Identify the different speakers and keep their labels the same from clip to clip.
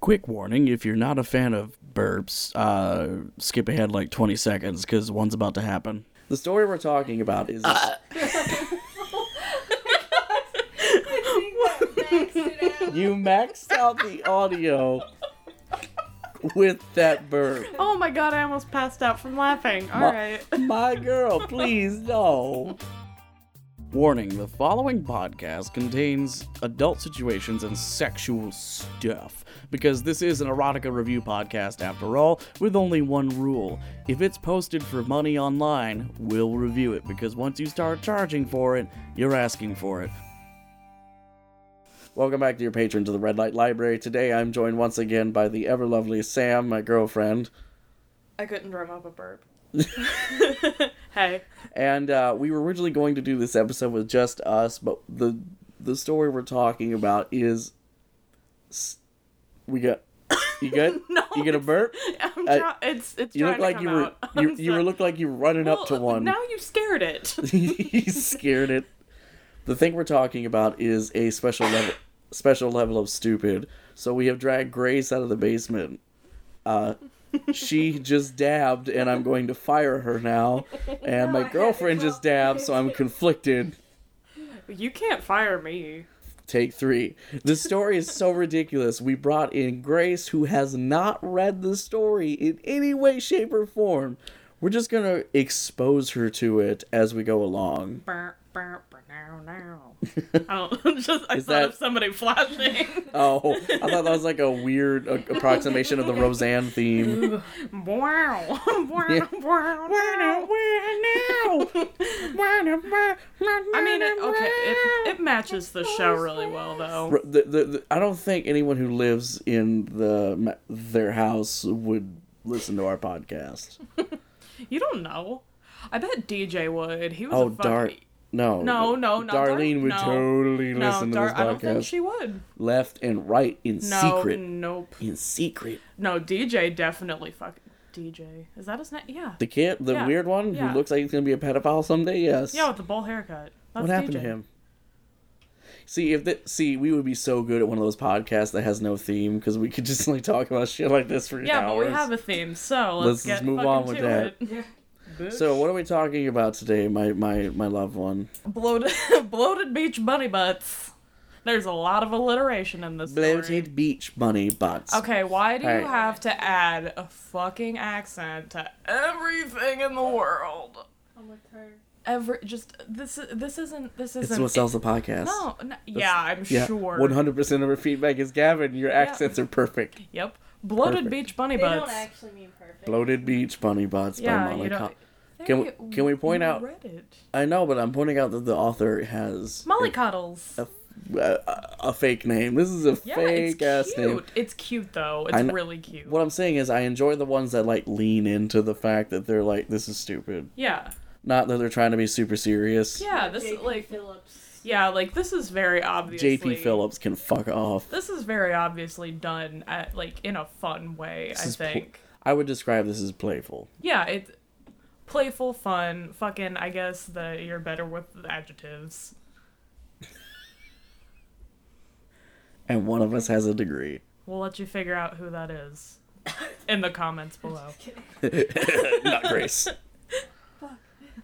Speaker 1: Quick warning if you're not a fan of burps, uh, skip ahead like 20 seconds because one's about to happen. The story we're talking about is.
Speaker 2: Uh. I think that maxed it out.
Speaker 1: you maxed out the audio with that burp.
Speaker 3: Oh my god, I almost passed out from laughing. All
Speaker 1: Ma-
Speaker 3: right.
Speaker 1: My girl, please no. Warning the following podcast contains adult situations and sexual stuff. Because this is an erotica review podcast, after all, with only one rule. If it's posted for money online, we'll review it. Because once you start charging for it, you're asking for it. Welcome back to your patrons of the Red Light Library. Today I'm joined once again by the ever lovely Sam, my girlfriend.
Speaker 3: I couldn't drum up a burp. hey.
Speaker 1: And uh, we were originally going to do this episode with just us, but the the story we're talking about is s- we got you good?
Speaker 3: No,
Speaker 1: you get a burp?
Speaker 3: I'm
Speaker 1: Uh,
Speaker 3: try- it's it's
Speaker 1: You look
Speaker 3: trying to
Speaker 1: like
Speaker 3: come
Speaker 1: you were
Speaker 3: out.
Speaker 1: you,
Speaker 3: I'm
Speaker 1: you were
Speaker 3: sorry.
Speaker 1: look like you were running up to
Speaker 3: Well,
Speaker 1: one.
Speaker 3: Now you scared it.
Speaker 1: he scared it. The thing we're talking about is a special level special level of stupid. So we have dragged Grace out of the basement. Uh she just dabbed and I'm going to fire her now. And
Speaker 2: No, I
Speaker 1: my
Speaker 2: had to
Speaker 1: girlfriend just
Speaker 2: call-
Speaker 1: dabbed, so I'm conflicted.
Speaker 3: you can't fire me.
Speaker 1: Take three. The story is so ridiculous. We brought in Grace, who has not read the story in any way, shape, or form. We're just gonna expose her to it as we go along.
Speaker 3: Burp, burp, burp, now, now. I don't just I
Speaker 1: Is
Speaker 3: thought
Speaker 1: that-
Speaker 3: of somebody flashing.
Speaker 1: Oh, I thought that was like a weird uh, approximation of the Roseanne theme.
Speaker 3: wow. Wow,
Speaker 1: Yeah.
Speaker 3: wow, wow. I mean, it, okay, it, it matches the show really well, though.
Speaker 1: R- the- the- the- I don't think anyone who lives in the ma- their house would listen to our podcast.
Speaker 3: You don't know. I bet DJ would. He was
Speaker 1: Oh,
Speaker 3: a fuck-
Speaker 1: Dar, no,
Speaker 3: No, no, not Dar-
Speaker 1: Darlene would
Speaker 3: no.
Speaker 1: totally
Speaker 3: No,
Speaker 1: listen
Speaker 3: Dar-
Speaker 1: to
Speaker 3: I don't
Speaker 1: this podcast
Speaker 3: think she would.
Speaker 1: left and right in
Speaker 3: No,
Speaker 1: secret,
Speaker 3: nope.
Speaker 1: in secret.
Speaker 3: No, DJ definitely fuck DJ. Is that his name? Yeah.
Speaker 1: The kid, the
Speaker 3: Yeah,
Speaker 1: weird one
Speaker 3: yeah.
Speaker 1: who looks like he's gonna be a pedophile someday. Yes,
Speaker 3: Yeah, with the bowl haircut. That's
Speaker 1: What happened
Speaker 3: DJ.
Speaker 1: to him? See if that see we would be so good at one of those podcasts that has no theme because we could just like talk about shit like this for
Speaker 3: Yeah,
Speaker 1: hours.
Speaker 3: but we have a theme, so
Speaker 1: Let's
Speaker 3: let's,
Speaker 1: just
Speaker 3: get
Speaker 1: move
Speaker 3: fucking
Speaker 1: on with
Speaker 3: to
Speaker 1: that.
Speaker 3: it.
Speaker 1: so what are we talking about today, my my my loved one?
Speaker 3: bloated, bloated beach bunny butts. There's a lot of alliteration in this. story.
Speaker 1: Bloated beach bunny butts.
Speaker 3: Okay, why do
Speaker 1: Alright.
Speaker 3: you have to add a fucking accent to everything in the world?
Speaker 2: I'm with her.
Speaker 3: Every just this is this isn't this isn't
Speaker 1: it's what sells the podcast.
Speaker 3: no, no yeah I'm
Speaker 1: Yeah,
Speaker 3: sure
Speaker 1: one hundred percent of her feedback is Gavin. Your accents are perfect.
Speaker 3: yep bloated
Speaker 1: Perfect.
Speaker 3: beach bunny
Speaker 2: They
Speaker 3: butts
Speaker 2: don't actually mean perfect.
Speaker 1: Bloated beach bunny butts
Speaker 3: Yeah,
Speaker 1: by Molly.
Speaker 3: you don't-
Speaker 1: Co- Can we- can we point out-
Speaker 3: Reddit
Speaker 1: I know, but I'm pointing out that the author has
Speaker 3: Molly
Speaker 1: a,
Speaker 3: Coddles
Speaker 1: a, a, a fake name. This is a
Speaker 3: yeah
Speaker 1: fake
Speaker 3: it's
Speaker 1: ass
Speaker 3: cute
Speaker 1: name.
Speaker 3: it's cute though
Speaker 1: I
Speaker 3: it's
Speaker 1: kn-
Speaker 3: really cute
Speaker 1: What I'm saying is, I enjoy the ones that like lean into the fact that they're like, this is stupid.
Speaker 3: yeah
Speaker 1: Not that they're trying to be super serious.
Speaker 3: yeah this
Speaker 2: J.P.
Speaker 3: like
Speaker 2: Phillips.
Speaker 3: yeah like this is very obviously
Speaker 1: JP Phillips can fuck off.
Speaker 3: this is very obviously done at like in a fun way I
Speaker 1: is pl-
Speaker 3: think
Speaker 1: I would describe this as playful.
Speaker 3: yeah it's playful fun fucking I guess the you're better with the adjectives
Speaker 1: And one of us has a degree.
Speaker 3: we'll let you figure out who that is in the comments below
Speaker 1: Not Grace.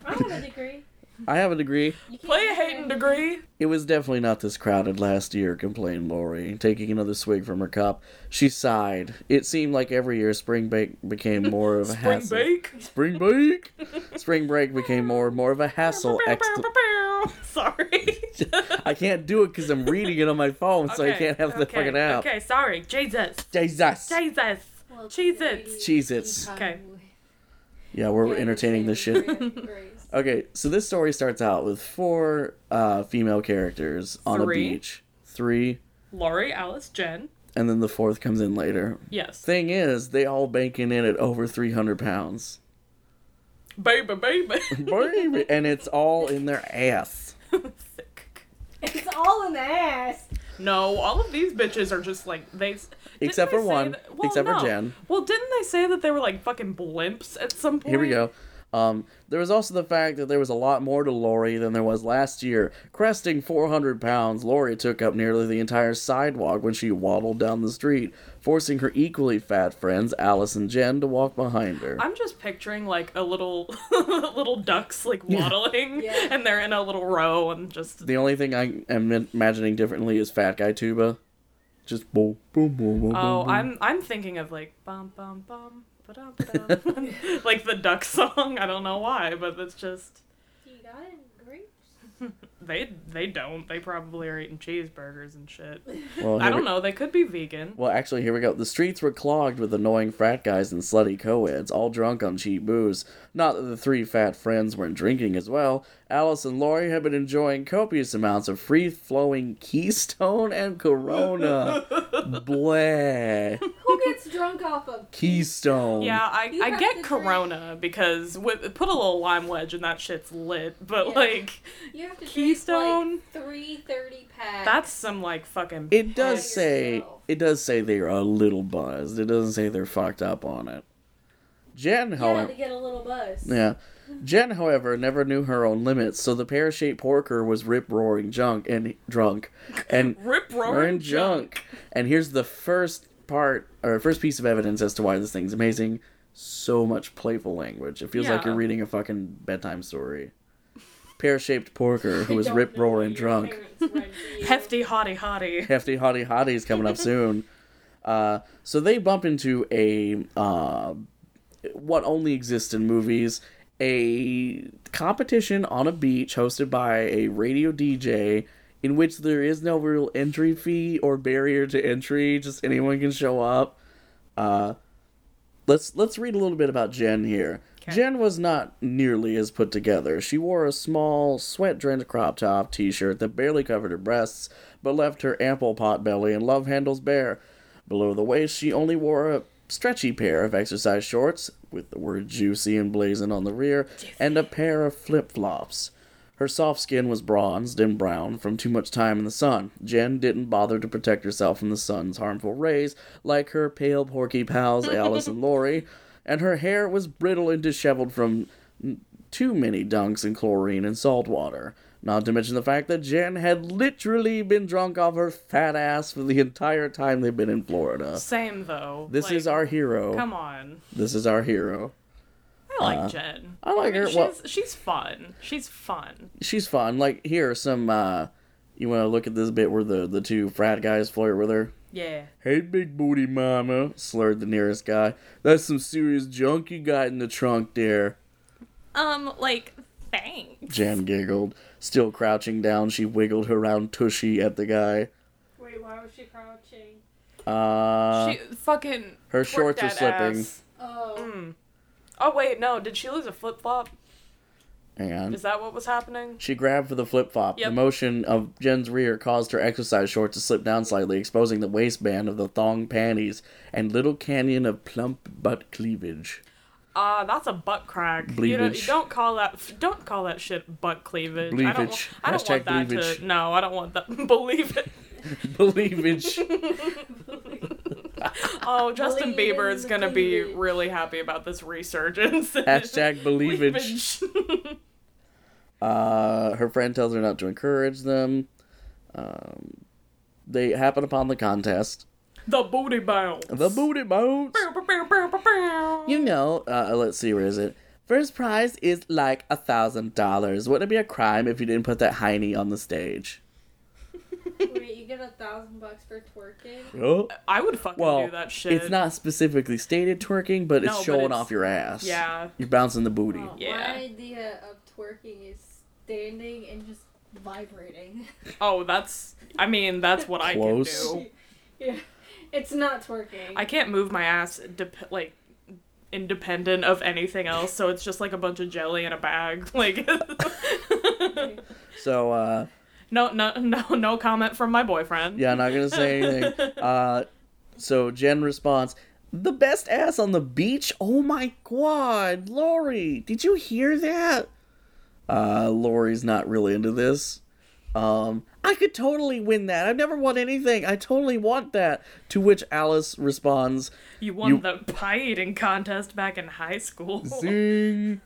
Speaker 2: I have a degree.
Speaker 1: I have a degree.
Speaker 2: You can't
Speaker 3: play a
Speaker 2: use
Speaker 3: hating
Speaker 2: that.
Speaker 3: degree
Speaker 1: It was definitely not this crowded last year, complained Lori, taking another swig from her cup. She sighed. It seemed like every year spring break became more of a
Speaker 3: spring
Speaker 1: hassle.
Speaker 3: bake.
Speaker 1: Spring break? spring break became more and more of a hassle. Excla-
Speaker 3: Sorry.
Speaker 1: I can't do it because I'm reading it on my phone, so I can't have the
Speaker 3: okay,
Speaker 1: fucking app.
Speaker 3: Okay, sorry. Jesus.
Speaker 1: Jesus.
Speaker 3: Jesus.
Speaker 2: Well,
Speaker 3: Cheez-Its.
Speaker 1: Cheez-Its.
Speaker 3: Okay.
Speaker 1: Yeah, we're entertaining this shit.
Speaker 2: Grace.
Speaker 1: Okay, so this story starts out with four uh, female characters on a
Speaker 3: Three.
Speaker 1: beach. Three.
Speaker 3: Lori, Alice, Jen.
Speaker 1: And then the fourth comes in later.
Speaker 3: Yes.
Speaker 1: Thing is, they all banking in at over 300 pounds.
Speaker 3: Baby, baby.
Speaker 1: Baby, and it's all in their ass.
Speaker 3: Thick.
Speaker 2: It's all in the ass.
Speaker 3: No, all of these bitches are just like they. didn't
Speaker 1: Except
Speaker 3: they
Speaker 1: for
Speaker 3: say
Speaker 1: one.
Speaker 3: that- well,
Speaker 1: Except for
Speaker 3: no.
Speaker 1: Jen.
Speaker 3: Well, didn't they say that they were like fucking blimps at some point?
Speaker 1: Here we go. Um, there was also the fact that there was a lot more to Lori than there was last year. Cresting 400 pounds, Lori took up nearly the entire sidewalk when she waddled down the street, forcing her equally fat friends, Alice and Jen, to walk behind her.
Speaker 3: I'm just picturing like a little little ducks like waddling
Speaker 2: Yeah.
Speaker 3: and they're in a little row and just
Speaker 1: The only thing I am imagining differently is Fat Guy Tuba. Just boom, boom, boom, boom. boom,
Speaker 3: Oh,
Speaker 1: boom.
Speaker 3: I'm I'm thinking of like bum bum bum ba-dum, ba-dum, like the duck song. I don't know why, but it's just
Speaker 2: You got it in grapes?
Speaker 3: they they don't. They probably are eating cheeseburgers and shit.
Speaker 1: Well,
Speaker 3: I
Speaker 1: here
Speaker 3: don't
Speaker 1: we-
Speaker 3: know. They could be vegan.
Speaker 1: Well, actually, here we go. The streets were clogged with annoying frat guys and slutty co-eds, all drunk on cheap booze. Not that the three fat friends weren't drinking as well. Alice and Lori had been enjoying copious amounts of free-flowing Keystone and Corona. Bleh.
Speaker 2: Who gets drunk off of?
Speaker 1: Keystone.
Speaker 3: Yeah, I,
Speaker 2: You
Speaker 3: I
Speaker 2: have
Speaker 3: get
Speaker 2: to drink-
Speaker 3: Corona because with put a little lime wedge and that shit's lit. But
Speaker 2: Yeah.
Speaker 3: like
Speaker 2: You have to
Speaker 3: Keystone?
Speaker 2: Drink, like, three thirty packs.
Speaker 3: that's some like fucking.
Speaker 1: It does
Speaker 2: By
Speaker 1: say
Speaker 2: yourself.
Speaker 1: it does say they're a little buzzed. It doesn't say they're fucked up on it. Jen,
Speaker 2: yeah,
Speaker 1: however,
Speaker 2: to get a little buzz.
Speaker 1: Yeah. Jen, however, never knew her own limits, so the pear shaped porker was rip roaring junk and drunk. And
Speaker 3: Rip roaring
Speaker 1: roaring
Speaker 3: junk.
Speaker 1: junk. And here's the first part or first piece of evidence as to why this thing's amazing. So much playful language. It feels like
Speaker 3: Yeah.
Speaker 1: you're reading a fucking bedtime story. Pear shaped porker who
Speaker 2: I
Speaker 1: was
Speaker 2: don't
Speaker 1: rip
Speaker 2: know what
Speaker 1: roaring
Speaker 2: your
Speaker 1: drunk.
Speaker 2: parents read to you.
Speaker 3: Hefty hottie hottie.
Speaker 1: Hefty Hottie Hottie's coming up soon. Uh, so they bump into a uh, what only exists in movies a competition on a beach hosted by a radio DJ in which there is no real entry fee or barrier to entry just anyone can show up uh, let's let's read a little bit about Jen here.
Speaker 3: Okay.
Speaker 1: Jen was not nearly as put together. She wore a small, sweat-drenched crop top T-shirt that barely covered her breasts, but left her ample pot belly and love handles bare. Below the waist, she only wore a stretchy pair of exercise shorts with the word "juicy" emblazoned on the rear, and a pair of flip-flops. Her soft skin was bronzed and brown from too much time in the sun. Jen didn't bother to protect herself from the sun's harmful rays, like her pale porky pals Alice and Lori, and her hair was brittle and disheveled from n- too many dunks in chlorine and salt water. Not to mention the fact that Jen had literally been drunk off her fat ass for the entire time they've been in Florida.
Speaker 3: Same though.
Speaker 1: This
Speaker 3: Like,
Speaker 1: is our hero.
Speaker 3: Come on.
Speaker 1: This is our hero.
Speaker 3: I like Jen.
Speaker 1: Uh, I like her-
Speaker 3: She's,
Speaker 1: well-
Speaker 3: she's fun. She's fun.
Speaker 1: she's fun. Like here are some uh you wanna look at this bit where the the two frat guys flirt with her?
Speaker 3: Yeah.
Speaker 1: Hey big booty mama slurred the nearest guy. That's some serious junk you got in the trunk there.
Speaker 3: Um, like, thanks.
Speaker 1: Jan giggled. Still crouching down, she wiggled her round tushy at the guy.
Speaker 2: Wait, why was she crouching?
Speaker 1: Uh
Speaker 3: she fucking.
Speaker 1: her
Speaker 3: worked
Speaker 1: shorts are
Speaker 3: that
Speaker 1: slipping.
Speaker 3: ass.
Speaker 2: Oh,
Speaker 3: Oh wait, no. Did she lose a flip flop?
Speaker 1: and
Speaker 3: Is that what was happening?
Speaker 1: she grabbed for the flip flop.
Speaker 3: Yep.
Speaker 1: The motion of Jen's rear caused her exercise short to slip down slightly, exposing the waistband of the thong panties and little canyon of plump butt cleavage.
Speaker 3: Uh, that's a butt crack. You don't, you
Speaker 1: Bleavage.
Speaker 3: don't call that. Don't call that shit butt cleavage. I don't,
Speaker 1: Bleavage.
Speaker 3: want, I don't want
Speaker 1: Hashtag
Speaker 3: that
Speaker 1: bleavage.
Speaker 3: to. No, I don't want that. Believe it.
Speaker 1: Believage.
Speaker 3: Oh, Justin
Speaker 2: Believe
Speaker 3: Bieber is
Speaker 2: in
Speaker 3: gonna be
Speaker 2: bleavage.
Speaker 3: really happy about this resurgence.
Speaker 1: Hashtag believage.
Speaker 3: Bleavage.
Speaker 1: Uh, her friend tells her not to encourage them. Um, they happen upon the contest.
Speaker 3: the booty bounce.
Speaker 1: The booty bounce. You know, uh, let's see, where is it? First prize is like a thousand dollars. Wouldn't it be a crime if you didn't put that hiney on the stage?
Speaker 3: Mm.
Speaker 2: wait, you get a thousand bucks for twerking?
Speaker 1: Oh.
Speaker 3: I would fucking
Speaker 1: Well,
Speaker 3: do that shit.
Speaker 1: it's not specifically stated twerking, but it's
Speaker 3: No, but
Speaker 1: showing
Speaker 3: it's-
Speaker 1: off your ass.
Speaker 3: Yeah.
Speaker 1: You're bouncing the booty.
Speaker 2: Oh,
Speaker 3: Yeah.
Speaker 2: My idea of twerking is standing and just vibrating.
Speaker 3: Oh, that's. I mean, that's what I
Speaker 1: Close.
Speaker 3: can do.
Speaker 2: yeah, it's not twerking.
Speaker 3: I can't move my ass dep- like independent of anything else, so it's just like a bunch of jelly in a bag. Like,
Speaker 1: So, uh,
Speaker 3: no, no, no, no comment from my boyfriend.
Speaker 1: yeah, not gonna say anything. Uh, so Jen responds, "The best ass on the beach. Oh my god, Lori, did you hear that?" Uh, Lori's not really into this. Um, I could totally win that. I've never won anything. I totally want that. To which Alice responds,
Speaker 3: You won
Speaker 1: You-
Speaker 3: the pie eating contest back in high school.
Speaker 1: "Zing."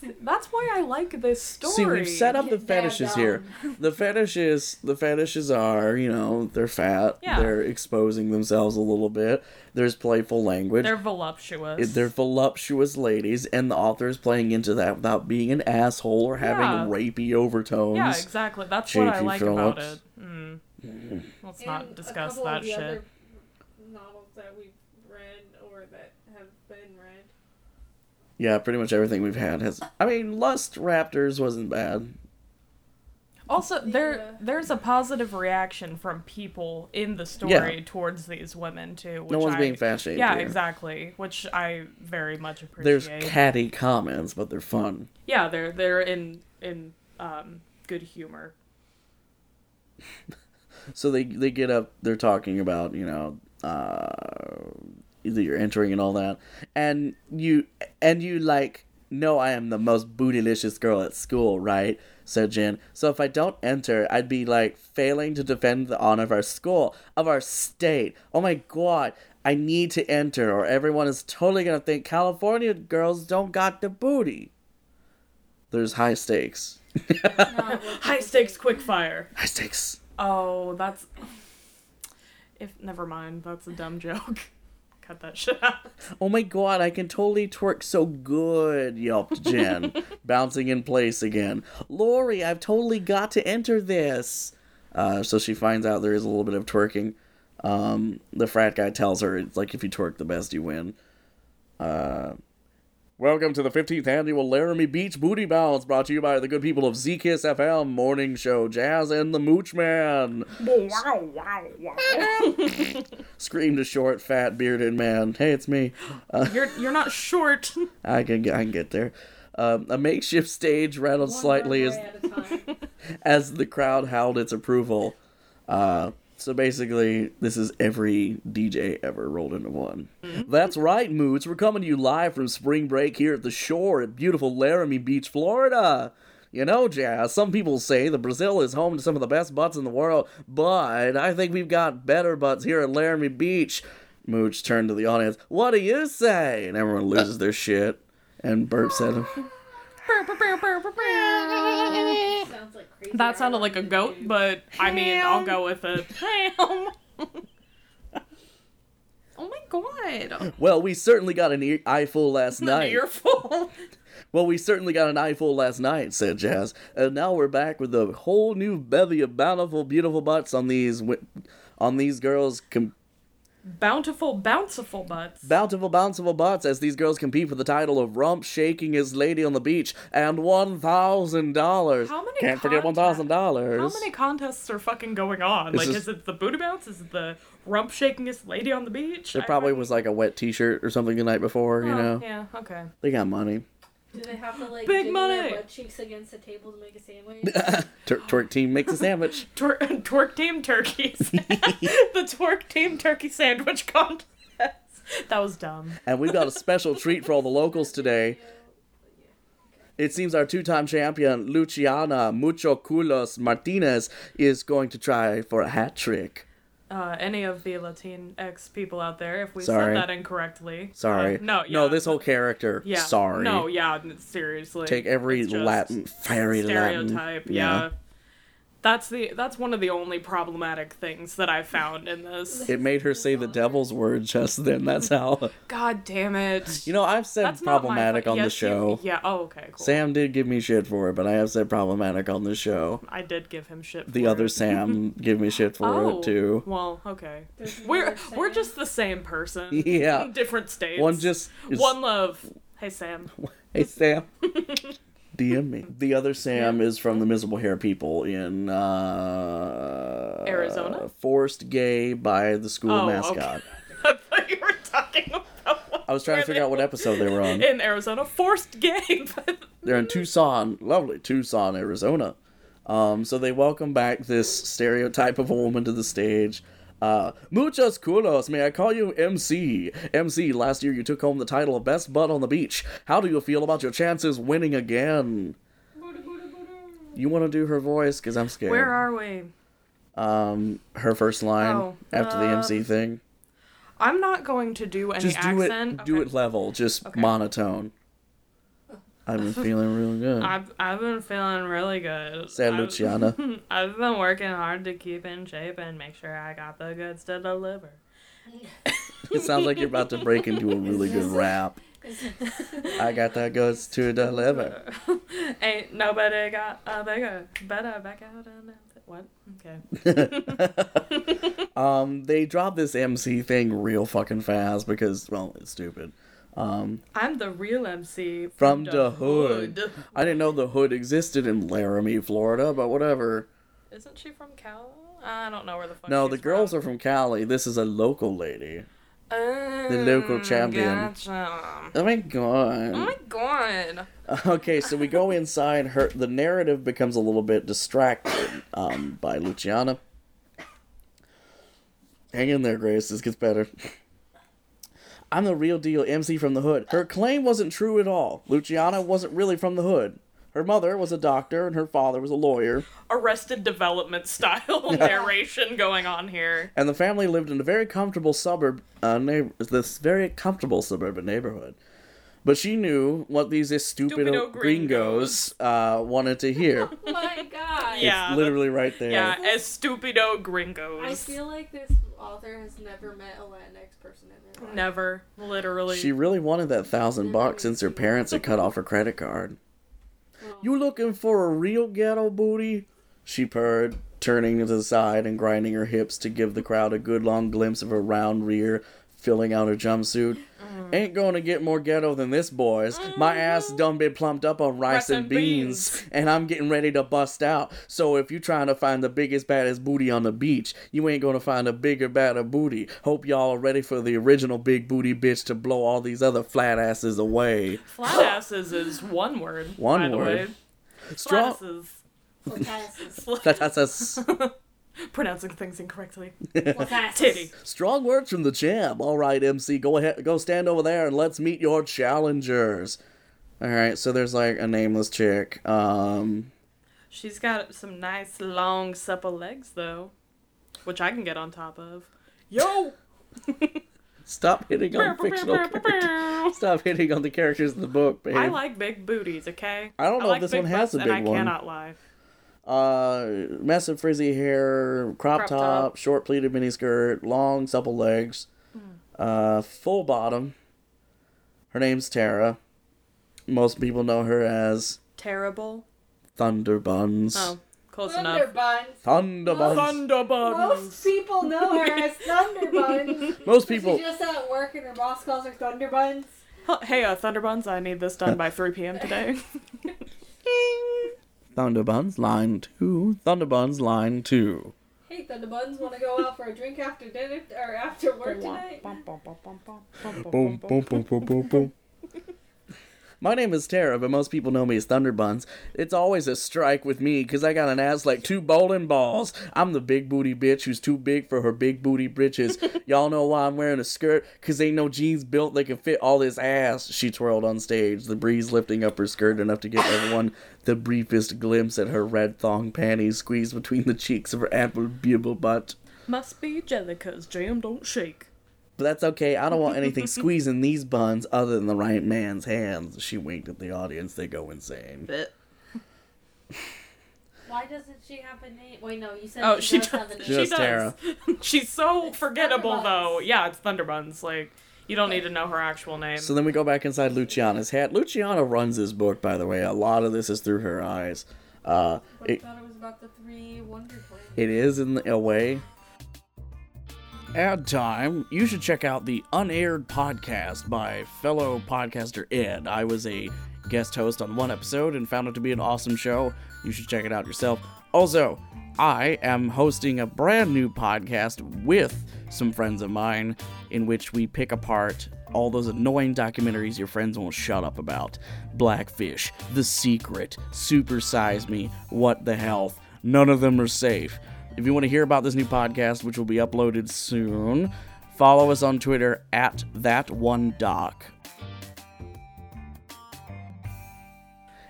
Speaker 3: That's why I like this story.
Speaker 1: See, we've set up the
Speaker 2: Get that
Speaker 1: fetishes
Speaker 2: down.
Speaker 1: here. The fetishes, the fetishes are, you know, they're fat.
Speaker 3: Yeah.
Speaker 1: They're exposing themselves a little bit. There's playful language.
Speaker 3: They're
Speaker 1: They're,
Speaker 3: voluptuous.
Speaker 1: voluptuous ladies, and the author is playing into that without being an asshole or having rapey overtones.
Speaker 3: yeah, exactly. That's what I
Speaker 1: J.K.
Speaker 3: like about
Speaker 1: Phillips.
Speaker 3: it. Mm. Let's
Speaker 2: And
Speaker 3: not discuss
Speaker 2: a couple
Speaker 3: that
Speaker 2: of the
Speaker 3: shit.
Speaker 2: Other novels that we've read or that have been read.
Speaker 1: Yeah, pretty much everything we've had has. I mean, Lust Raptors wasn't bad.
Speaker 3: Also, there
Speaker 2: Yeah.
Speaker 3: there's a positive reaction from people in the story towards these women too. Which
Speaker 1: no one's
Speaker 3: I,
Speaker 1: being fat shamed.
Speaker 3: Yeah,
Speaker 1: here.
Speaker 3: exactly. Which I very much appreciate.
Speaker 1: There's catty comments, but they're fun.
Speaker 3: yeah, they're they're in in um, good humor.
Speaker 1: So they they get up. They're talking about you know uh, that you're entering and all that, and you and you like. No, I am the most bootylicious girl at school, right? Said Jen. So if I don't enter, I'd be like failing to defend the honor of our school, of our state. Oh my god, I need to enter, or everyone is totally gonna think California girls don't got the booty. There's high stakes.
Speaker 2: No, what
Speaker 3: High
Speaker 2: people
Speaker 3: stakes,
Speaker 2: think.
Speaker 3: quick fire.
Speaker 1: High stakes.
Speaker 3: Oh, that's if never mind. That's a dumb joke. Cut that shit out.
Speaker 1: Oh my god, I can totally twerk so good, yelped Jen, bouncing in place again. Lori, I've totally got to enter this. Uh, so she finds out there is a little bit of twerking. Um, the frat guy tells her, it's like if you twerk the best, you win. Uh, Welcome to the 15th annual Laramie Beach Booty Bounce, brought to you by the good people of ZKISS FM Morning Show, Jazz and the Mooch Man.
Speaker 3: wow, wow, wow.
Speaker 1: Screamed a short, fat, bearded man. Hey, it's me.
Speaker 3: you're you're not short.
Speaker 1: I can I can get there. Um, a makeshift stage rattled
Speaker 2: One
Speaker 1: slightly
Speaker 2: more
Speaker 1: as
Speaker 2: way at a time.
Speaker 1: as the crowd howled its approval. Uh, so basically, this is every DJ ever rolled into one. That's right, Moods. We're coming to you live from spring break here at the shore at beautiful Laramie Beach, Florida. You know, Jazz, some people say that Brazil is home to some of the best butts in the world, but I think we've got better butts here at Laramie Beach. Mooch turned to the audience. What do you say? And everyone loses their shit and burps at him.
Speaker 2: Sounds like crazy.
Speaker 3: That sounded
Speaker 2: hour
Speaker 3: like a
Speaker 2: to
Speaker 3: goat,
Speaker 2: do.
Speaker 3: but I mean, I'll go with it. Ham. oh my god.
Speaker 1: Well, we certainly got an ear- eyeful last night.
Speaker 3: You're full.
Speaker 1: Well, we certainly got an eyeful last night, said Jazz. And now we're back with a whole new bevy of bountiful, beautiful butts on these wi- on these girls, com-
Speaker 3: Bountiful, bounciful butts.
Speaker 1: bountiful, bounciful butts, as these girls compete for the title of rump shaking his lady on the beach and one thousand dollars.
Speaker 3: How many
Speaker 1: Can't forget one
Speaker 3: contacts-
Speaker 1: thousand dollars.
Speaker 3: How many contests are fucking going on?
Speaker 1: This
Speaker 3: like,
Speaker 1: is-
Speaker 3: is it the booty bounce? Is it the rump shakingest lady on the beach?
Speaker 1: There probably was like a wet T-shirt or something the night before. You know,
Speaker 3: Yeah. Oh, Okay.
Speaker 1: they got money.
Speaker 2: Do they have to like
Speaker 3: Big
Speaker 2: jiggle
Speaker 3: money.
Speaker 2: Their butt cheeks against the table to make a sandwich?
Speaker 1: Tur- twerk team makes a sandwich.
Speaker 3: Tor- twerk team turkeys. the twerk team turkey sandwich contest. That was dumb.
Speaker 1: And we've got a special treat for all the locals today. It seems our two time champion, Luciana Mucho Culos Martinez, is going to try for a hat trick.
Speaker 3: uh, any of the Latinx people out there if we
Speaker 1: Sorry.
Speaker 3: said that incorrectly.
Speaker 1: Sorry.
Speaker 3: Uh, no, yeah,
Speaker 1: No, this whole character.
Speaker 3: Yeah.
Speaker 1: Sorry.
Speaker 3: No, yeah, n- seriously.
Speaker 1: Take every
Speaker 3: It's just
Speaker 1: Latin, fiery Latin.
Speaker 3: stereotype. Yeah. That's the that's one of the only problematic things that I found in this.
Speaker 1: It made her say the devil's word just then. That's how.
Speaker 3: God damn it.
Speaker 1: You know, I've said
Speaker 3: that's not my
Speaker 1: problematic
Speaker 3: fault.
Speaker 1: on the
Speaker 3: Yes, you-
Speaker 1: show.
Speaker 3: yeah. Oh, okay. Cool.
Speaker 1: Sam did give me shit for it, but I have said problematic on the show.
Speaker 3: I did give him shit.
Speaker 1: The
Speaker 3: for
Speaker 1: other
Speaker 3: it.
Speaker 1: Sam gave me shit for
Speaker 3: Oh.
Speaker 1: it too.
Speaker 3: Well, okay.
Speaker 2: There's no
Speaker 3: We're
Speaker 2: other
Speaker 3: we're
Speaker 2: Sam.
Speaker 3: just the same person.
Speaker 1: Yeah.
Speaker 3: Different states.
Speaker 1: One just. is-
Speaker 3: one love. Hey Sam.
Speaker 1: Hey Sam. DM me. The other Sam is from the Miserable Hair People in uh,
Speaker 3: Arizona?
Speaker 1: Forced gay by the school
Speaker 3: Oh,
Speaker 1: mascot.
Speaker 3: I thought you were talking about. One
Speaker 1: I was trying to
Speaker 3: where
Speaker 1: figure out what
Speaker 3: they-
Speaker 1: episode they were on.
Speaker 3: in Arizona forced gay. But
Speaker 1: They're in Tucson, lovely Tucson, Arizona. Um, so they welcome back this stereotype of a woman to the stage. Uh, muchos culos, may I call you MC? MC, last year you took home the title of Best Butt on the Beach. How do you feel about your chances winning again? You want to do her voice? Because I'm scared.
Speaker 3: where are we?
Speaker 1: um her first line
Speaker 3: Oh,
Speaker 1: after the
Speaker 3: uh,
Speaker 1: MC thing.
Speaker 3: I'm not going to do any
Speaker 1: Just do
Speaker 3: accent.
Speaker 1: it do
Speaker 3: Okay.
Speaker 1: it level, just
Speaker 3: Okay.
Speaker 1: monotone. I've been feeling real good.
Speaker 3: I've I've been feeling really good.
Speaker 1: Say,
Speaker 3: I've-
Speaker 1: Luciana.
Speaker 3: I've been working hard to keep in shape and make sure I got the goods to deliver.
Speaker 1: It sounds like you're about to break into a really good rap. I got that goes to deliver.
Speaker 3: Ain't nobody got a bigger, better back out and what? Okay.
Speaker 1: um, they dropped this MC thing real fucking fast because, well, it's stupid. Um,
Speaker 3: I'm the real MC
Speaker 1: from the hood. I didn't know the hood existed in Laramie, Florida, but whatever.
Speaker 3: Isn't she from Cal? I don't know where the fuck.
Speaker 1: No, the girls are from Cali. This is a local lady.
Speaker 3: are
Speaker 1: the local champion.
Speaker 3: Oh, Gotcha.
Speaker 1: Oh my
Speaker 3: Oh
Speaker 1: god.
Speaker 3: my god.
Speaker 1: Okay, so we go inside. Her the narrative becomes a little bit distracted um, by Luciana. Hang in there, Grace. This gets better. I'm the real deal MC from the hood. Her claim wasn't true at all. Luciana wasn't really from the hood. Her mother was a doctor and her father was a lawyer.
Speaker 3: Arrested Development style narration going on here.
Speaker 1: and the family lived in a very comfortable suburb, uh, neighbor, this very comfortable suburban neighborhood. But she knew what these stupid
Speaker 3: Stupido
Speaker 1: gringos, uh, wanted to hear.
Speaker 2: My God.
Speaker 3: Yeah.
Speaker 1: it's
Speaker 3: that-
Speaker 1: literally right there.
Speaker 3: Yeah, as stupido gringos.
Speaker 2: I feel like this author has never met a Latinx person in their life.
Speaker 3: Never, literally.
Speaker 1: She really wanted that thousand bucks since her parents had cut off her credit card.
Speaker 2: Oh.
Speaker 1: You looking for a real ghetto booty? She purred, turning to the side and grinding her hips to give the crowd a good long glimpse of her round rear filling out her jumpsuit. Ain't gonna get more ghetto than this, boys. My ass done been plumped up on Mm-hmm. rice, and, beans, and I'm getting ready to bust out. So if you trying to find the biggest, baddest booty on the beach, you ain't gonna find a bigger, badder booty. Hope y'all are ready for the original big booty bitch to blow all these other flat asses away.
Speaker 3: Flat asses is one word.
Speaker 1: One
Speaker 3: by the
Speaker 1: word.
Speaker 3: way. Flat
Speaker 1: Strong.
Speaker 3: asses.
Speaker 2: Latinx.
Speaker 1: That, that's a s-
Speaker 3: Pronouncing things incorrectly.
Speaker 2: Latinx.
Speaker 3: Titty.
Speaker 1: Strong words from the champ. All right, MC, go ahead, go stand over there, and let's meet your challengers. All right, so there's like a nameless chick. Um,
Speaker 3: She's got some nice long supple legs though, which I can get on top of. Yo.
Speaker 1: stop hitting on fictional characters.
Speaker 3: I
Speaker 1: Stop hitting on the characters in the book, babe.
Speaker 3: like big booties, okay?
Speaker 1: I don't know if
Speaker 3: like
Speaker 1: this
Speaker 3: big
Speaker 1: one has
Speaker 3: butts,
Speaker 1: a
Speaker 3: and
Speaker 1: big one.
Speaker 3: I cannot lie.
Speaker 1: uh, massive frizzy hair, crop,
Speaker 3: Crop
Speaker 1: top,
Speaker 3: top. Hmm.
Speaker 1: short pleated miniskirt, long supple legs, uh, full bottom. Her name's Tara. Most people know her as
Speaker 3: Terrible.
Speaker 1: Thunder Buns.
Speaker 3: Oh, close enough.
Speaker 2: Thunderbuns.
Speaker 1: Thunder Buns.
Speaker 2: Most people know her as Thunderbuns.
Speaker 1: Most people.
Speaker 2: She's just at work and her boss calls her Thunderbuns.
Speaker 3: Huh, Hey, uh, Thunderbuns, I need this done by 3 p.m. today.
Speaker 1: Thunderbuns line two. Thunderbuns line two.
Speaker 2: Hey, Thunderbuns, want to go out for a drink after dinner or after work tonight?
Speaker 1: Boom, boom, boom, boom, boom, boom. My name is Tara, but most people know me as Thunderbuns. It's always a strike with me because I got an ass like two bowling balls. I'm the big booty bitch who's too big for her big booty britches. Y'all know why I'm wearing a skirt? Because ain't no jeans built that can fit all this ass. She twirled on stage, the breeze lifting up her skirt enough to give everyone the briefest glimpse at her red thong panties squeezed between the cheeks of her apple bibble butt.
Speaker 3: Must be Jellica's jam don't shake.
Speaker 1: But that's okay. I don't want anything squeezing these buns other than the right man's hands. She winked at the audience. They go insane.
Speaker 2: Why doesn't she have a name? Wait, no, you said
Speaker 3: Oh, she
Speaker 2: does, have a
Speaker 3: does.
Speaker 2: name.
Speaker 1: She does, Tara.
Speaker 3: She's so
Speaker 2: It's
Speaker 3: forgettable,
Speaker 2: Thunderbuns.
Speaker 3: though. Yeah, it's Thunderbuns. Like, you don't need to know her actual name.
Speaker 1: So then we go back inside Luciana's hat. Luciana runs this book, by the way. A lot of this is through her eyes. Uh,
Speaker 2: But I
Speaker 1: it,
Speaker 2: thought it was about the three Wonder Twins.
Speaker 1: it is in a way. Ad time. You should check out the unaired podcast by fellow podcaster Ed. I was a guest host on one episode and found it to be an awesome show. You should check it out yourself. Also, I am hosting a brand new podcast with some friends of mine in which we pick apart all those annoying documentaries your friends won't shut up about Blackfish, The Secret, Super Size Me, What the Health. None of them are safe. If you want to hear about this new podcast, which will be uploaded soon, follow us on Twitter at that one doc.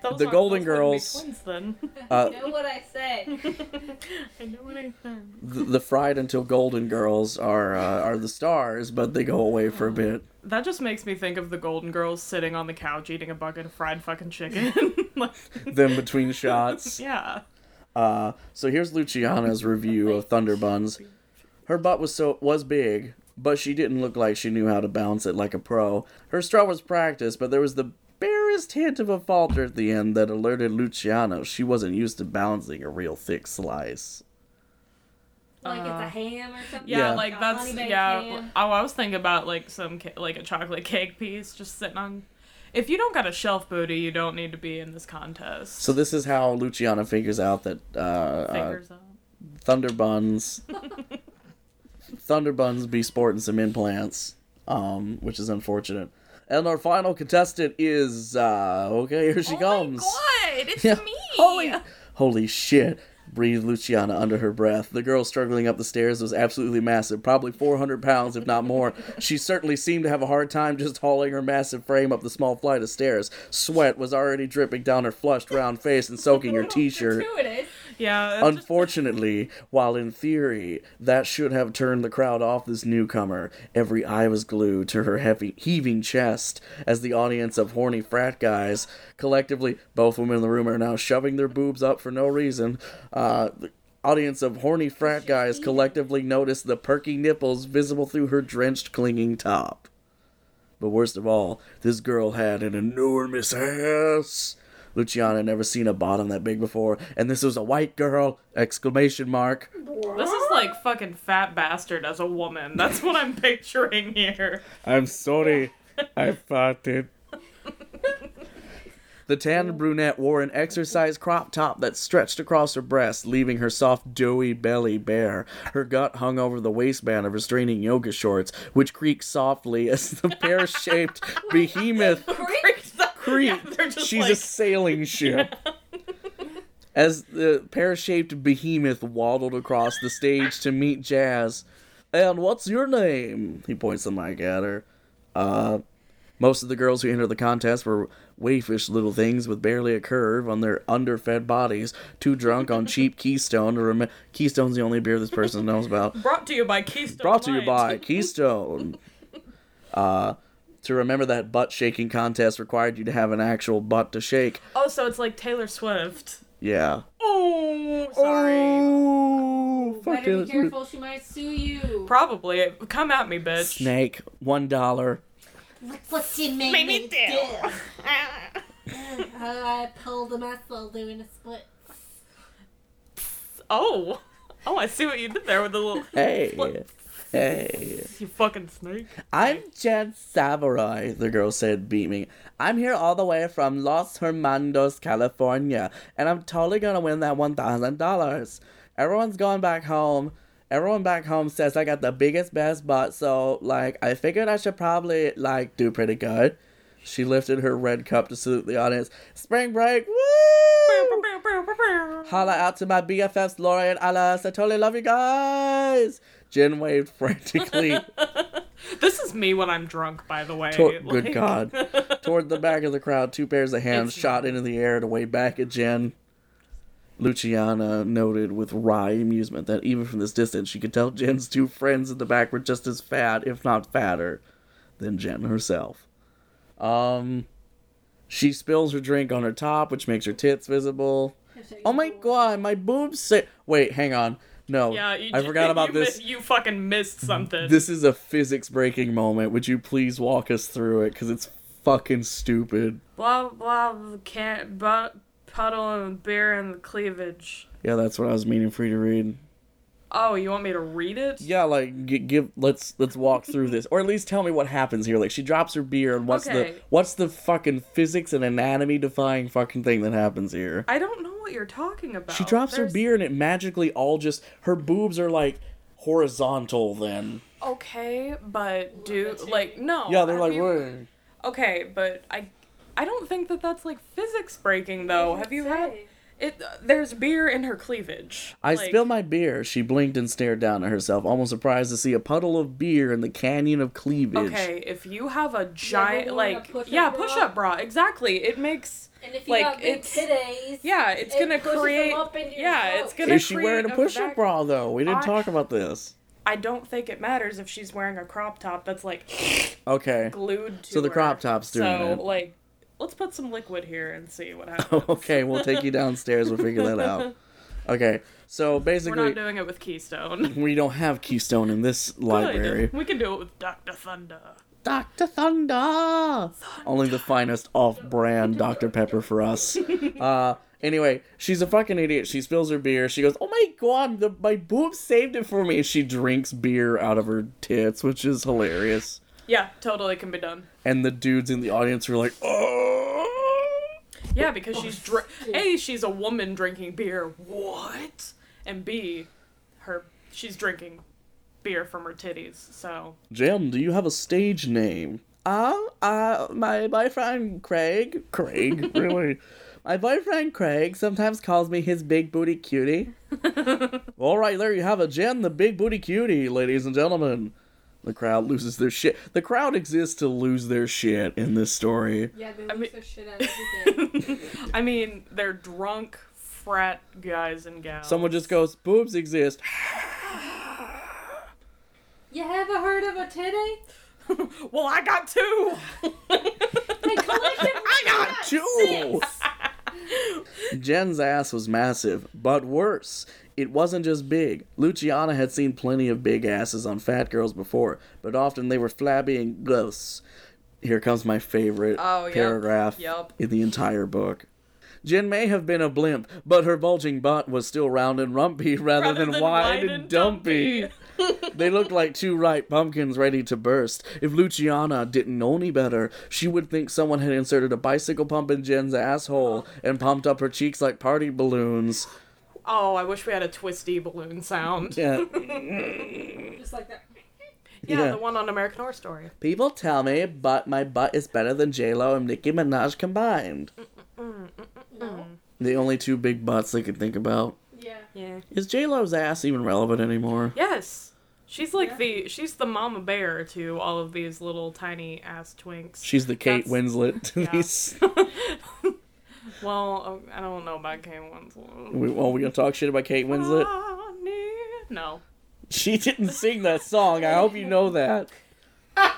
Speaker 3: Those
Speaker 1: The
Speaker 3: aren't-
Speaker 1: Golden
Speaker 3: those
Speaker 1: Girls.
Speaker 3: wouldn't be Twins,
Speaker 1: Uh,
Speaker 2: know what I said.
Speaker 3: then. I know anything.
Speaker 1: the, the fried until golden girls are uh, are the stars, but they go away for a bit.
Speaker 3: That just makes me think of the Golden Girls sitting on the couch eating a bucket of fried fucking chicken. Like,
Speaker 1: Then between shots.
Speaker 3: yeah.
Speaker 1: Uh, so here's Luciana's review of Thunder Buns. Her butt was so was big, but she didn't look like she knew how to balance it like a pro. Her straw was practiced, but there was the barest hint of a falter at the end that alerted Luciano she wasn't used to balancing a real thick slice.
Speaker 2: Like it's
Speaker 3: Uh,
Speaker 2: a ham or something.
Speaker 3: Yeah,
Speaker 1: Yeah.
Speaker 3: like
Speaker 2: A
Speaker 3: that's
Speaker 2: honey baked
Speaker 3: yeah.
Speaker 2: ham.
Speaker 3: Oh, I was thinking about like some ca- like a chocolate cake piece just sitting on. If you don't got a shelf booty, you don't need to be in this contest.
Speaker 1: So this is how Luciana figures out that uh, uh,
Speaker 3: Fingers up.
Speaker 1: Thunder Buns, Thunder Buns be sporting some implants, um, which is unfortunate. And our final contestant is uh, okay. Here
Speaker 2: Oh
Speaker 1: she comes.
Speaker 3: Oh God, it's
Speaker 1: Yeah. Holy, holy shit! Breathed Luciana under her breath. The girl struggling up the stairs was absolutely massive, probably 400 pounds, if not more. She certainly seemed to have a hard time just hauling her massive frame up the small flight of stairs. Sweat was already dripping down her flushed, round face and soaking her t shirt.
Speaker 2: Gratuitous.
Speaker 3: Yeah. that's just-
Speaker 1: Unfortunately, while in theory that should have turned the crowd off this newcomer, every eye was glued to her heavy heaving chest as the audience of horny frat guys, collectively both women in the room are now shoving their boobs up for no reason. Uh, the audience of horny frat guys collectively noticed the perky nipples visible through her drenched clinging top. But worst of all, this girl had an enormous ass. Luciana had never seen a bottom that big before, and this was a white girl! Exclamation mark.
Speaker 3: This is like fucking fat bastard as a woman. That's what I'm picturing here.
Speaker 1: I'm sorry, I farted. the tan brunette wore an exercise crop top that stretched across her breast, leaving her soft, doughy belly bare. Her gut hung over the waistband of restraining yoga shorts, which creaked softly as the pear shaped behemoth creep.
Speaker 3: They're just
Speaker 1: She's
Speaker 3: like,
Speaker 1: a sailing ship. As the pear shaped behemoth waddled across the stage to meet Jazz. And what's your name? He points the mic at her. Uh, most of the girls who entered the contest were waifish little things with barely a curve on their underfed bodies, too drunk on cheap Keystone to remember. Keystone's the only beer this person knows about
Speaker 3: brought to you by Keystone.
Speaker 1: brought to you by
Speaker 3: Light.
Speaker 1: Keystone. uh, to remember that butt shaking contest required you to have an actual butt to shake.
Speaker 3: Oh, so it's like Taylor Swift.
Speaker 1: Yeah.
Speaker 3: Oh, sorry.
Speaker 1: Oh, fuck
Speaker 2: Better
Speaker 1: Taylor Swift.
Speaker 2: be careful, she might sue you.
Speaker 3: Probably. Come at me, bitch.
Speaker 1: Snake, one dollar.
Speaker 2: What's in me?
Speaker 3: Make me do.
Speaker 2: I pulled a muscle doing a split.
Speaker 3: Oh. Oh, I see what you did there with the little.
Speaker 1: Hey.
Speaker 3: What?
Speaker 1: Hey.
Speaker 3: You fucking snake.
Speaker 1: I'm Jen Samurai, the girl said, beaming. I'm here all the way from Los Hermanos, California, and I'm totally gonna win that $1,000. Everyone's going back home. Everyone back home says I got the biggest, best butt, so, like, I figured I should probably, like, do pretty good. She lifted her red cup to salute the audience. Spring break, woo! Holla out to my BFFs, Laura and Alice. I totally love you guys. Jen waved frantically
Speaker 3: This is me when I'm drunk, by the way.
Speaker 1: Tor-
Speaker 3: Like-
Speaker 1: good God. Toward the back of the crowd, two pairs of hands
Speaker 3: It's-
Speaker 1: shot into the air to wave back at Jen. Luciana noted with wry amusement that even from this distance, she could tell Jen's two friends in the back were just as fat, if not fatter, than Jen herself. Um, she spills her drink on her top, which makes her tits visible. Oh my god, my boobs say. Wait, hang on. No,
Speaker 3: Yeah, you,
Speaker 1: I forgot about
Speaker 3: you
Speaker 1: this.
Speaker 3: mi- you fucking missed something.
Speaker 1: This is a physics breaking moment. Would you please walk us through it? Because it's fucking stupid.
Speaker 3: blah blah can't but puddle and beer and the cleavage.
Speaker 1: Yeah, that's what I was meaning for you to read.
Speaker 3: Oh, you want me to read it?
Speaker 1: Yeah, like g- give let's let's walk through this, or at least tell me what happens here. Like she drops her beer, and what's
Speaker 3: Okay.
Speaker 1: the what's the fucking physics and anatomy defying fucking thing that happens here?
Speaker 3: I don't know what you're talking about.
Speaker 1: She drops her
Speaker 3: There's-
Speaker 1: beer, and it magically all just her boobs are like horizontal. Then
Speaker 3: Okay, but do
Speaker 2: Limited.
Speaker 3: like no.
Speaker 1: yeah, they're
Speaker 3: Oh, I
Speaker 1: like
Speaker 3: mean-
Speaker 1: "Whoa."
Speaker 3: Okay, but I I don't think that that's like physics breaking though. Have you had It there's beer in her cleavage.
Speaker 1: I
Speaker 3: Like,
Speaker 1: spilled my beer. She blinked and stared down at herself, almost surprised to see a puddle of beer in the canyon of cleavage.
Speaker 3: Okay, if you have a giant
Speaker 2: worn a
Speaker 3: like
Speaker 2: push-up
Speaker 3: yeah
Speaker 2: bra?
Speaker 3: push up bra exactly, it makes
Speaker 2: And if you
Speaker 3: Like,
Speaker 2: got big
Speaker 3: it's-
Speaker 2: titties,
Speaker 3: yeah it's
Speaker 2: It
Speaker 3: gonna
Speaker 2: pushes them
Speaker 3: create
Speaker 2: up into your
Speaker 3: yeah
Speaker 2: throat.
Speaker 3: it's gonna
Speaker 1: Is she
Speaker 3: create
Speaker 1: wearing a push-up
Speaker 3: vac-
Speaker 1: bra though? We didn't
Speaker 3: I-
Speaker 1: talk about this.
Speaker 3: I don't think it matters if she's wearing a crop top that's like
Speaker 1: Okay.
Speaker 3: glued to
Speaker 1: So the
Speaker 3: her.
Speaker 1: crop top's doing
Speaker 3: so
Speaker 1: it.
Speaker 3: like let's put some liquid here and see what happens.
Speaker 1: okay, we'll take you downstairs. We'll figure that out. Okay. So
Speaker 3: We're
Speaker 1: basically,
Speaker 3: not doing it with Keystone.
Speaker 1: we don't have Keystone in this library.
Speaker 3: Good. We can do it with Doctor Thunder.
Speaker 1: Dr. Thunder! Only the finest off brand Dr. Pepper for us. Uh, anyway, she's a fucking idiot. She spills her beer. She goes, Oh my god, the, my boob saved it for me. She drinks beer out of her tits, which is hilarious.
Speaker 3: Yeah, totally can be done.
Speaker 1: And the dudes in the audience are like, Oh!
Speaker 3: Yeah, because she's dr- a she's a woman drinking beer. What? And b her she's drinking beer from her titties. So
Speaker 1: Jim, do you have a stage name? Uh, uh, my boyfriend Craig. Craig, really? my boyfriend Craig sometimes calls me his big booty cutie. All right, there you have it, Jen, the big booty cutie, ladies and gentlemen. The crowd loses their shit. The crowd exists to lose their shit in this story.
Speaker 2: yeah, they
Speaker 3: mean-
Speaker 2: lose their shit out of everything.
Speaker 3: I mean, they're drunk frat guys and gals.
Speaker 1: Someone just goes, boobs exist.
Speaker 2: you ever heard of a titty?
Speaker 3: well, I got two.
Speaker 2: They collectively
Speaker 1: got two! Jen's ass was massive, but worse. It wasn't just big. Luciana had seen plenty of big asses on fat girls before, but often they were flabby and gross. Here comes my favorite
Speaker 3: Oh, yep.
Speaker 1: paragraph
Speaker 3: Yep.
Speaker 1: in the entire book. Jen may have been a blimp, but her bulging butt was still round and rumpy rather,
Speaker 3: Rather
Speaker 1: than,
Speaker 3: than
Speaker 1: wide,
Speaker 3: wide
Speaker 1: and,
Speaker 3: and
Speaker 1: dumpy.
Speaker 3: dumpy.
Speaker 1: they looked like two ripe pumpkins ready to burst. If Luciana didn't know any better, she would think someone had inserted a bicycle pump in Jen's asshole and pumped up her cheeks like party balloons.
Speaker 3: Oh, I wish we had a twisty balloon sound.
Speaker 1: Yeah.
Speaker 2: Just like that.
Speaker 3: Yeah,
Speaker 1: Yeah.
Speaker 3: the one on American Horror Story.
Speaker 1: People tell me, but my butt is better than J Lo and Nicki Minaj combined.
Speaker 3: Mm-hmm.
Speaker 2: No.
Speaker 1: The only two big butts they could think about.
Speaker 2: Yeah.
Speaker 3: Yeah.
Speaker 1: Is J Lo's ass even relevant anymore?
Speaker 3: Yes. She's like
Speaker 2: Yeah.
Speaker 3: the she's the mama bear to all of these little tiny ass twinks.
Speaker 1: She's the Kate
Speaker 3: That's-
Speaker 1: Winslet to
Speaker 3: yeah.
Speaker 1: these.
Speaker 3: well, uh, I don't know about Kate Winslet.
Speaker 1: We, well, we gonna talk shit about Kate Winslet.
Speaker 3: I need- No.
Speaker 1: She didn't sing that song. I hope you know that. That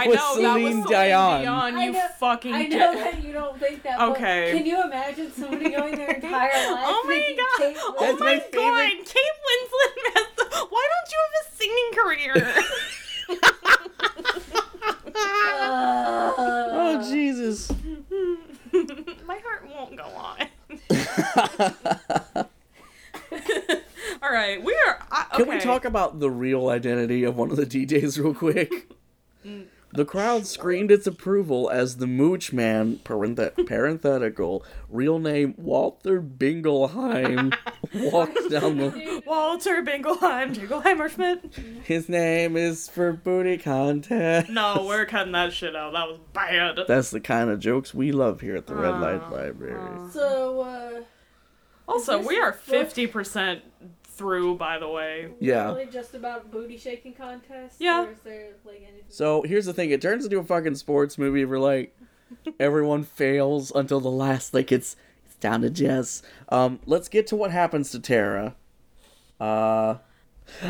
Speaker 3: I
Speaker 1: was
Speaker 3: know, that was
Speaker 1: Celine
Speaker 3: Celine
Speaker 1: Dion.
Speaker 3: Dion,
Speaker 2: I
Speaker 3: you
Speaker 2: know-
Speaker 3: fucking
Speaker 2: I know
Speaker 3: dick.
Speaker 2: that you don't think that. but
Speaker 3: Okay.
Speaker 2: Can you imagine somebody going their entire life?
Speaker 3: Oh my
Speaker 2: thinking
Speaker 3: god!
Speaker 2: Kate
Speaker 3: Oh
Speaker 1: That's
Speaker 3: my,
Speaker 1: my
Speaker 3: god!
Speaker 1: favorite-
Speaker 3: Kate Winslet messed up. Why don't you have a
Speaker 1: Oh
Speaker 2: Winslet-
Speaker 3: singing career?
Speaker 1: Jesus.
Speaker 3: my heart won't go on. All right, we are. I, okay.
Speaker 1: Can we talk about the real identity of one of the DJs real quick?
Speaker 3: Mm.
Speaker 1: The crowd screamed its approval as the Mooch Man, parenthet- parenthetical, real name Walter Bingelheim, walked down the.
Speaker 3: Walter Bingelheim, Jingleheimer Schmidt?
Speaker 1: His name is for booty contest.
Speaker 3: No, we're cutting that shit out. That was bad.
Speaker 1: That's the kind of jokes we love here at the Red Light
Speaker 3: Aw.
Speaker 1: Library.
Speaker 2: So, uh,
Speaker 3: also,
Speaker 2: Is
Speaker 3: we
Speaker 2: this
Speaker 3: are
Speaker 2: book-
Speaker 3: fifty percent through. By the way,
Speaker 1: Yeah.
Speaker 2: really just about booty shaking contest?
Speaker 3: Yeah.
Speaker 2: Or is there, like, anything?
Speaker 1: So here's the thing: it turns into a fucking sports movie where like everyone fails until the last. Like it's it's down to Jess. Um, let's get to what happens to Tara. Uh,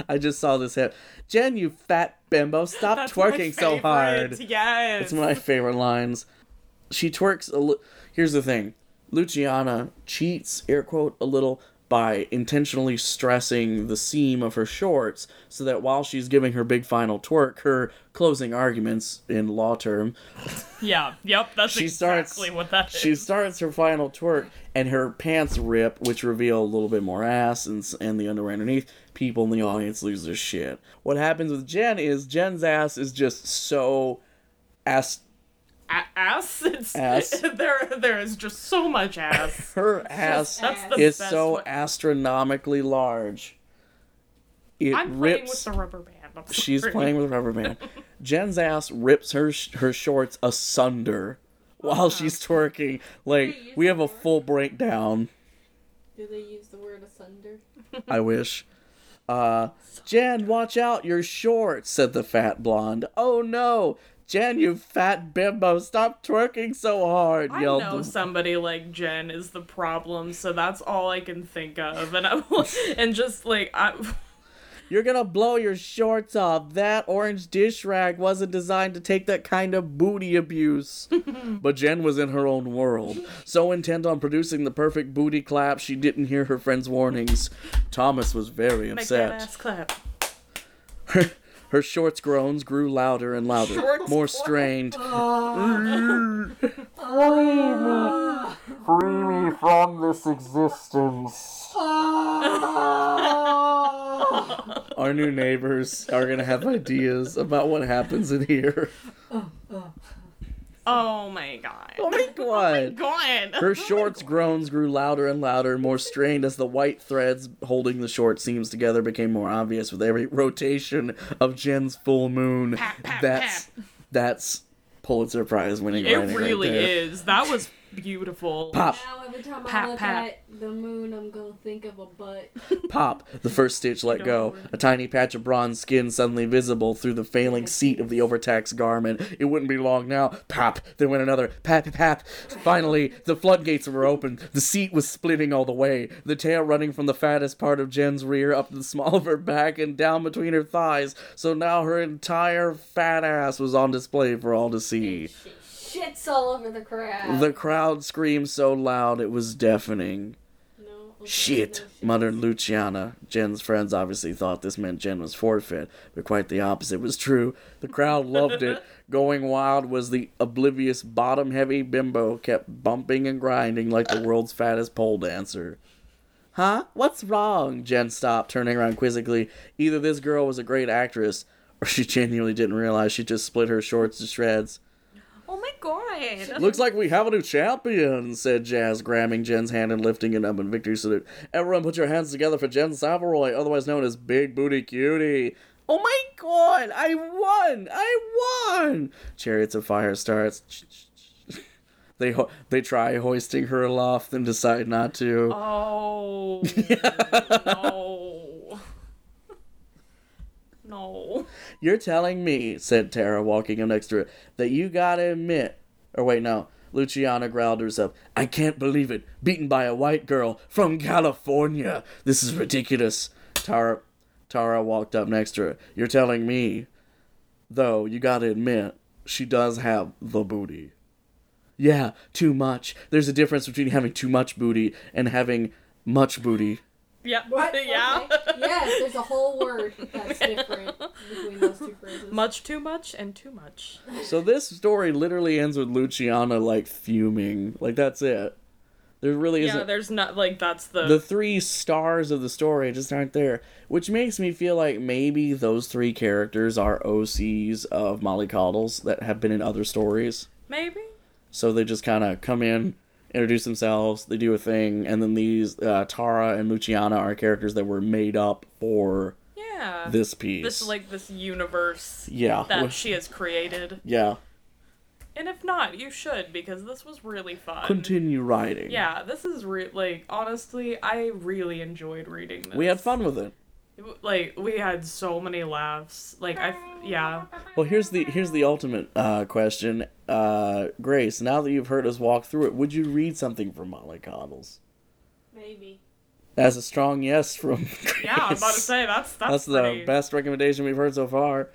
Speaker 1: I just saw this hit. Jen, you fat bimbo, stop
Speaker 3: That's my
Speaker 1: twerking so
Speaker 3: favorite.
Speaker 1: hard.
Speaker 3: Yes,
Speaker 1: It's one of my favorite lines. She twerks a li- Here's the thing. Luciana cheats, air quote, a little by intentionally stressing the seam of her shorts so that while she's giving her big final twerk, her closing arguments in law term,
Speaker 3: Yeah, yep, that's
Speaker 1: She starts-
Speaker 3: exactly what that is.
Speaker 1: she starts her final twerk and her pants rip, which reveal a little bit more ass and, s- and the underwear underneath. People in the audience lose their shit. What happens with Jen is Jen's ass is just so ass
Speaker 3: A- ass. It's,
Speaker 1: Ass.
Speaker 3: There, there is just so much ass.
Speaker 1: her ass
Speaker 3: That's the
Speaker 1: is
Speaker 3: best
Speaker 1: so
Speaker 3: way-
Speaker 1: astronomically large. It
Speaker 3: I'm playing with
Speaker 1: rips.
Speaker 3: the rubber band. I'm
Speaker 1: she's
Speaker 3: sorry.
Speaker 1: playing with a rubber band. Jen's ass rips her sh- her shorts
Speaker 3: Uh-huh.
Speaker 1: asunder while she's twerking. Like
Speaker 2: Wait, you
Speaker 1: we have a
Speaker 2: twerk?
Speaker 1: full breakdown.
Speaker 2: Do they use the word asunder?
Speaker 1: I wish. Uh, Jen, watch out, you're short, said the fat blonde. Oh no! Jen, you fat bimbo, stop twerking so hard,
Speaker 3: I
Speaker 1: yelled
Speaker 3: know
Speaker 1: the-
Speaker 3: somebody like Jen is the problem, so that's all I can think of, and I'm and just like I,
Speaker 1: You're gonna blow your shorts off. That orange dish rag wasn't designed to take that kind of booty abuse. but Jen was in her own world. So intent on producing the perfect booty clap, she didn't hear her friend's warnings. Thomas was very
Speaker 3: make
Speaker 1: upset.
Speaker 3: that ass clap.
Speaker 1: Her shorts groans grew louder and louder,
Speaker 3: Shorts
Speaker 1: more strained. Free me from this existence.
Speaker 3: Oh
Speaker 1: Our new neighbors are gonna have ideas about what happens in here.
Speaker 3: Oh my god.
Speaker 1: Oh my god.
Speaker 3: god.
Speaker 1: Her shorts groans grew louder and louder, more strained as the white threads holding the short seams together became more obvious with every rotation of Jen's full moon.
Speaker 3: Pap, pap,
Speaker 1: that's
Speaker 3: pap.
Speaker 1: that's Pulitzer Prize winning writing right
Speaker 3: It really
Speaker 1: there.
Speaker 3: is. That was beautiful.
Speaker 1: Pop,
Speaker 2: Now every time
Speaker 3: Pat,
Speaker 2: I look
Speaker 3: pat.
Speaker 2: at the moon, I'm gonna think of a butt.
Speaker 1: pop. The first stitch let go. A tiny patch of bronze skin suddenly visible through the failing seat of the overtaxed garment. It wouldn't be long now. Pop. Then went another. Pap, pap. Finally, the floodgates were open. The seat was splitting all the way. The tail running from the fattest part of Jen's rear up to the small of her back and down between her thighs. So now her entire fat ass was on display for all to see.
Speaker 2: She shits all over the crowd.
Speaker 1: The crowd screamed so loud it was deafening.
Speaker 2: No, okay,
Speaker 1: Shit,
Speaker 2: no
Speaker 1: muttered Luciana. Jen's friends obviously thought this meant Jen was forfeit, but quite the opposite was true. The crowd loved it. Going wild was the oblivious bottom heavy bimbo kept bumping and grinding like the world's fattest pole dancer. Huh? What's wrong? Jen stopped, turning around quizzically. Either this girl was a great actress, or she genuinely didn't realize she just split her shorts to shreds.
Speaker 3: Oh my god.
Speaker 1: Looks like we have a new champion, said Jazz, grabbing Jen's hand and lifting it up in victory salute. Everyone put your hands together for Jen Savoy, otherwise known as Big Booty Cutie. Oh my god, I won! I won! Chariots of Fire starts. They ho- they try hoisting her aloft, then decide not to.
Speaker 3: Oh no. No.
Speaker 1: You're telling me, said Tara, walking up next to her, that you gotta admit. Or wait, no. Luciana growled to herself, I can't believe it. Beaten by a white girl from California. This is ridiculous. Tara Tara walked up next to her. You're telling me, though, you gotta admit, she does have the booty. Yeah, too much. There's a difference between having too much booty and having much booty.
Speaker 3: Yeah.
Speaker 2: What?
Speaker 3: Yeah.
Speaker 2: Okay. yes, there's a whole word that's different between those two phrases.
Speaker 3: Much too much and too much.
Speaker 1: So this story literally ends with Luciana like fuming. Like that's it. There really
Speaker 3: yeah,
Speaker 1: isn't
Speaker 3: there's not like that's the,
Speaker 1: the three stars of the story just aren't there, which makes me feel like maybe those three characters are OCs of Molly Coddles that have been in other stories.
Speaker 3: maybe.
Speaker 1: So they just kind of come in, introduce themselves, they do a thing, and then these uh, Tara and Luciana are characters that were made up for
Speaker 3: Yeah.
Speaker 1: this piece.
Speaker 3: Uh, this like this universe
Speaker 1: yeah,
Speaker 3: that
Speaker 1: which-
Speaker 3: she has created.
Speaker 1: yeah.
Speaker 3: And if not, you should because this was really fun.
Speaker 1: Continue writing.
Speaker 3: Yeah, this is re- like honestly, I really enjoyed reading this.
Speaker 1: we had fun with it.
Speaker 3: like we had so many laughs. Like I f- yeah.
Speaker 1: Well, here's the here's the ultimate uh, question, uh, Grace. Now that you've heard us walk through it, would you read something from Molly Coddles?
Speaker 2: Maybe.
Speaker 1: That's a strong yes from. Grace.
Speaker 3: Yeah, I'm about to say that's that's,
Speaker 1: That's
Speaker 3: pretty-
Speaker 1: the best recommendation we've heard so far.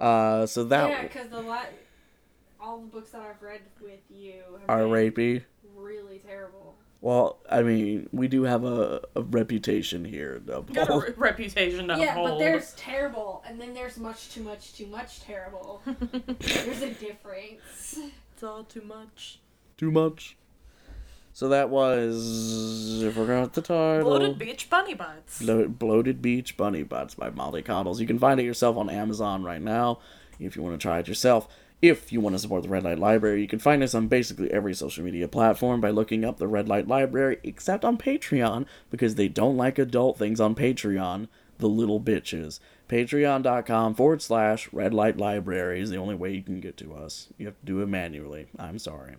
Speaker 1: Uh, so that
Speaker 2: Yeah, because the lot, all the books that I've read with you have
Speaker 1: are
Speaker 2: been
Speaker 1: rapey.
Speaker 2: really terrible.
Speaker 1: Well, I mean, we do have a, a reputation here. of-
Speaker 3: Got a re- reputation to
Speaker 2: yeah,
Speaker 3: uphold.
Speaker 2: but there's terrible, and then there's much too much too much terrible. there's a difference.
Speaker 3: it's all too much.
Speaker 1: too much. So that was if we're going with the title.
Speaker 3: Bloated beach bunny butts.
Speaker 1: Blo- Bloated Beach Bunny Butts by Molly Coddles. You can find it yourself on Amazon right now if you want to try it yourself. If you want to support the Red Light Library, you can find us on basically every social media platform by looking up the Red Light Library, except on Patreon, because they don't like adult things on Patreon. the little bitches. Patreon.com forward slash red light library is the only way you can get to us. You have to do it manually. I'm sorry.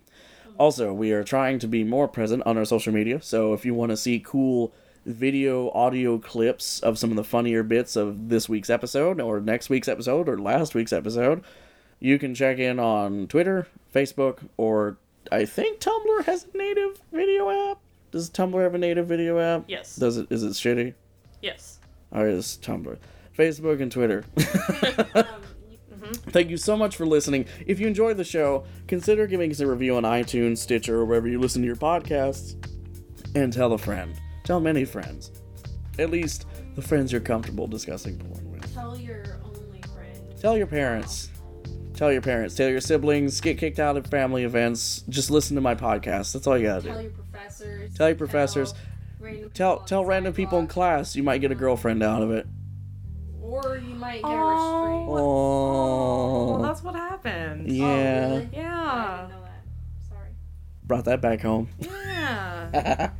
Speaker 1: Also, we are trying to be more present on our social media, so if you want to see cool video audio clips of some of the funnier bits of this week's episode or next week's episode or last week's episode, you can check in on Twitter, Facebook, or I think Tumblr has a native video app. Does Tumblr have a native video app?
Speaker 3: Yes.
Speaker 1: Does it is it shitty?
Speaker 3: Yes.
Speaker 1: Or is Tumblr? Facebook and Twitter.
Speaker 2: Um, you-
Speaker 1: Thank you so much for listening. If you enjoyed the show, consider giving us a review on iTunes, Stitcher, or wherever you listen to your podcasts. And tell a friend. Tell many friends. At least the friends you're comfortable discussing porn with.
Speaker 2: tell your only friend.
Speaker 1: Tell your parents. Tell your parents. Tell your siblings. Get kicked out at family events. Just listen to my podcast. That's all you gotta do.
Speaker 2: Tell your professors.
Speaker 1: Tell your professors.
Speaker 2: random
Speaker 1: Tell
Speaker 2: people on
Speaker 1: tell
Speaker 2: the
Speaker 1: random people in
Speaker 2: sidewalk,
Speaker 1: class. You might get a girlfriend out of it.
Speaker 2: Or you might get a
Speaker 3: Oh.
Speaker 2: restraint.
Speaker 1: Oh,
Speaker 3: Well, that's what happened.
Speaker 1: yeah.
Speaker 2: Oh, really? I
Speaker 3: Yeah.
Speaker 2: didn't know that. Sorry.
Speaker 1: Brought that back home.
Speaker 3: Yeah.